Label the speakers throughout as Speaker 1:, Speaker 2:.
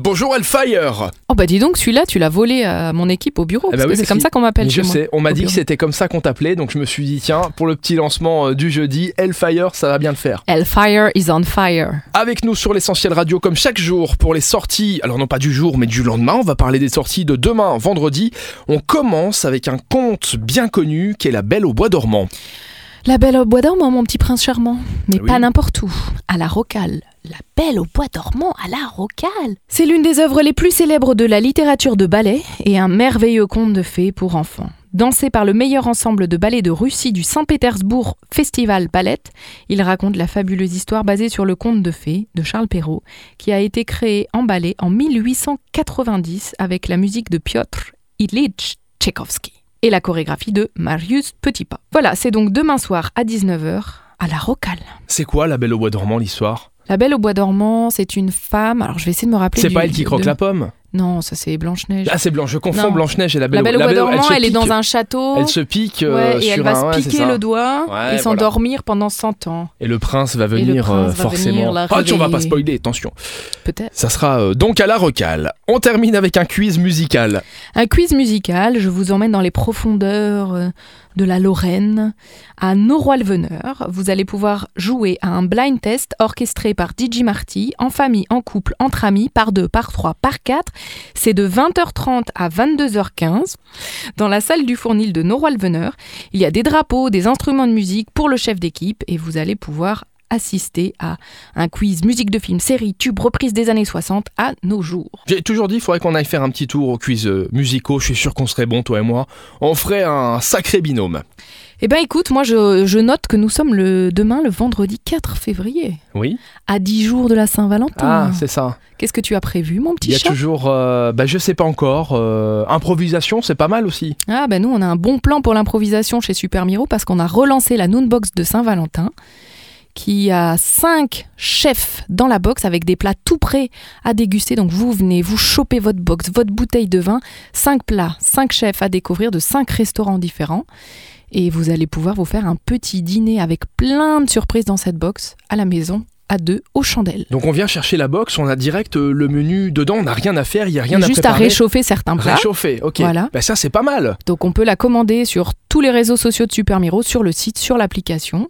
Speaker 1: Bonjour Hellfire
Speaker 2: Oh bah dis donc, celui-là, tu l'as volé à mon équipe au bureau.
Speaker 1: Eh bah
Speaker 2: parce
Speaker 1: oui,
Speaker 2: que c'est
Speaker 1: parce
Speaker 2: comme
Speaker 1: qu'il-
Speaker 2: ça qu'on m'appelle
Speaker 1: Je
Speaker 2: chez moi.
Speaker 1: sais, on m'a
Speaker 2: Au
Speaker 1: dit que
Speaker 2: bureau.
Speaker 1: c'était comme ça qu'on t'appelait, donc je me suis dit, tiens, pour le petit lancement euh, du jeudi, Hellfire, ça va bien le faire.
Speaker 2: Hellfire is on fire.
Speaker 1: Avec nous sur l'essentiel radio, comme chaque jour, pour les sorties, alors non pas du jour, mais du lendemain, on va parler des sorties de demain, vendredi. On commence avec un conte bien connu qui est La Belle au Bois dormant.
Speaker 2: La belle au bois dormant, mon petit prince charmant. Mais
Speaker 1: Ah oui.
Speaker 2: pas n'importe où, à la Rocale. La belle au bois dormant à la Rocale. C'est l'une des œuvres les plus célèbres de la littérature de ballet et un merveilleux conte de fées pour enfants. Dansé par le meilleur ensemble de ballets de Russie du Saint-Pétersbourg Festival Palette, il raconte la fabuleuse histoire basée sur le conte de fées de Charles Perrault, qui a été créé en ballet en 1890 avec la musique de Piotr Ilyich Tchaïkovski et la chorégraphie de Marius Petitpas. Voilà, c'est donc demain soir à 19h à la Rocale.
Speaker 1: C'est quoi La Belle au Bois dormant, l'histoire
Speaker 2: La Belle au bois dormant, c'est une femme. Alors je vais essayer de me rappeler.
Speaker 1: C'est
Speaker 2: du-
Speaker 1: pas elle qui croque
Speaker 2: de-
Speaker 1: la pomme
Speaker 2: Non, ça c'est Blanche Neige.
Speaker 1: Ah, c'est Blanche, je confonds
Speaker 2: Non.
Speaker 1: Blanche-Neige et La Belle,
Speaker 2: La Belle au bois dormant,
Speaker 1: se
Speaker 2: elle, est dans
Speaker 1: pique-
Speaker 2: un château.
Speaker 1: Elle se pique
Speaker 2: ouais,
Speaker 1: euh,
Speaker 2: et elle
Speaker 1: sur
Speaker 2: va
Speaker 1: un- ouais,
Speaker 2: se
Speaker 1: c'est
Speaker 2: piquer
Speaker 1: ça.
Speaker 2: le doigt
Speaker 1: Ouais,
Speaker 2: et s'endormir pendant 100 ans.
Speaker 1: Et le prince va
Speaker 2: le
Speaker 1: venir
Speaker 2: prince
Speaker 1: euh,
Speaker 2: va
Speaker 1: forcément.
Speaker 2: venir la
Speaker 1: ah, tu on va pas
Speaker 2: réveiller.
Speaker 1: spoiler, attention.
Speaker 2: Peut-être.
Speaker 1: Ça sera euh, donc à la recale. On termine avec un quiz musical.
Speaker 2: Un quiz musical, je vous emmène dans les profondeurs euh, de la Lorraine, à Noroy-le-Veneur. Vous allez pouvoir jouer à un blind test orchestré par DJ Marty, en famille, en couple, entre amis, par deux, par trois, par quatre. C'est de 20h30 à 22h15 dans la salle du fournil de Noroy-le-Veneur. Il y a des drapeaux, des instruments de musique pour le chef d'équipe et vous allez pouvoir assister à un quiz musique de film, série, tube, reprise des années 60 à nos jours.
Speaker 1: J'ai toujours dit, il faudrait qu'on aille faire un petit tour aux quiz euh, musicaux. Je suis sûr qu'on serait bon, toi et moi. On ferait un sacré binôme.
Speaker 2: Eh ben écoute, moi je, je note que nous sommes le demain, le vendredi 4 février,
Speaker 1: Oui.
Speaker 2: à 10 jours de la Saint-Valentin.
Speaker 1: Ah, c'est ça.
Speaker 2: Qu'est-ce que tu as prévu, mon
Speaker 1: Il y
Speaker 2: petit
Speaker 1: a
Speaker 2: chat
Speaker 1: toujours, euh, bah, je sais pas encore. euh, improvisation, c'est pas mal aussi.
Speaker 2: Ah ben nous, on a un bon plan pour l'improvisation chez Super Miro parce qu'on a relancé la Noonbox de Saint-Valentin qui a 5 chefs dans la box avec des plats tout prêts à déguster. Donc vous venez, vous chopez votre box, votre bouteille de vin, 5 plats, 5 chefs à découvrir de 5 restaurants différents. Et vous allez pouvoir vous faire un petit dîner avec plein de surprises dans cette box, à la maison, à deux, aux chandelles.
Speaker 1: Donc on vient chercher la box, on a direct euh, le menu dedans, on n'a rien à faire, il y a rien à
Speaker 2: Juste à
Speaker 1: préparer.
Speaker 2: réchauffer certains plats.
Speaker 1: Réchauffer, ok.
Speaker 2: Voilà.
Speaker 1: Bah, ça c'est pas mal.
Speaker 2: Donc on peut la commander sur tous les réseaux sociaux de Super Miro, sur le site, sur l'application,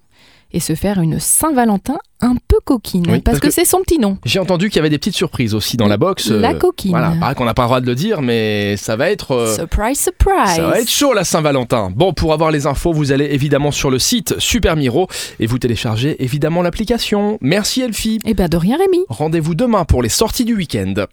Speaker 2: et se faire une Saint-Valentin un peu coquine,
Speaker 1: Oui, parce
Speaker 2: parce que,
Speaker 1: que-
Speaker 2: c'est son petit nom,
Speaker 1: J'ai entendu qu'il y avait des petites surprises aussi dans la box. euh,
Speaker 2: la coquine.
Speaker 1: Voilà, paraît qu'on n'a pas le droit de le dire, mais ça va être. euh,
Speaker 2: Surprise, surprise.
Speaker 1: Ça va être chaud la Saint-Valentin. Bon, pour avoir les infos, vous allez évidemment sur le site Super Miro et vous téléchargez évidemment l'application. Merci Elfie.
Speaker 2: Eh ben de rien Rémi.
Speaker 1: Rendez-vous demain pour les sorties du week-end.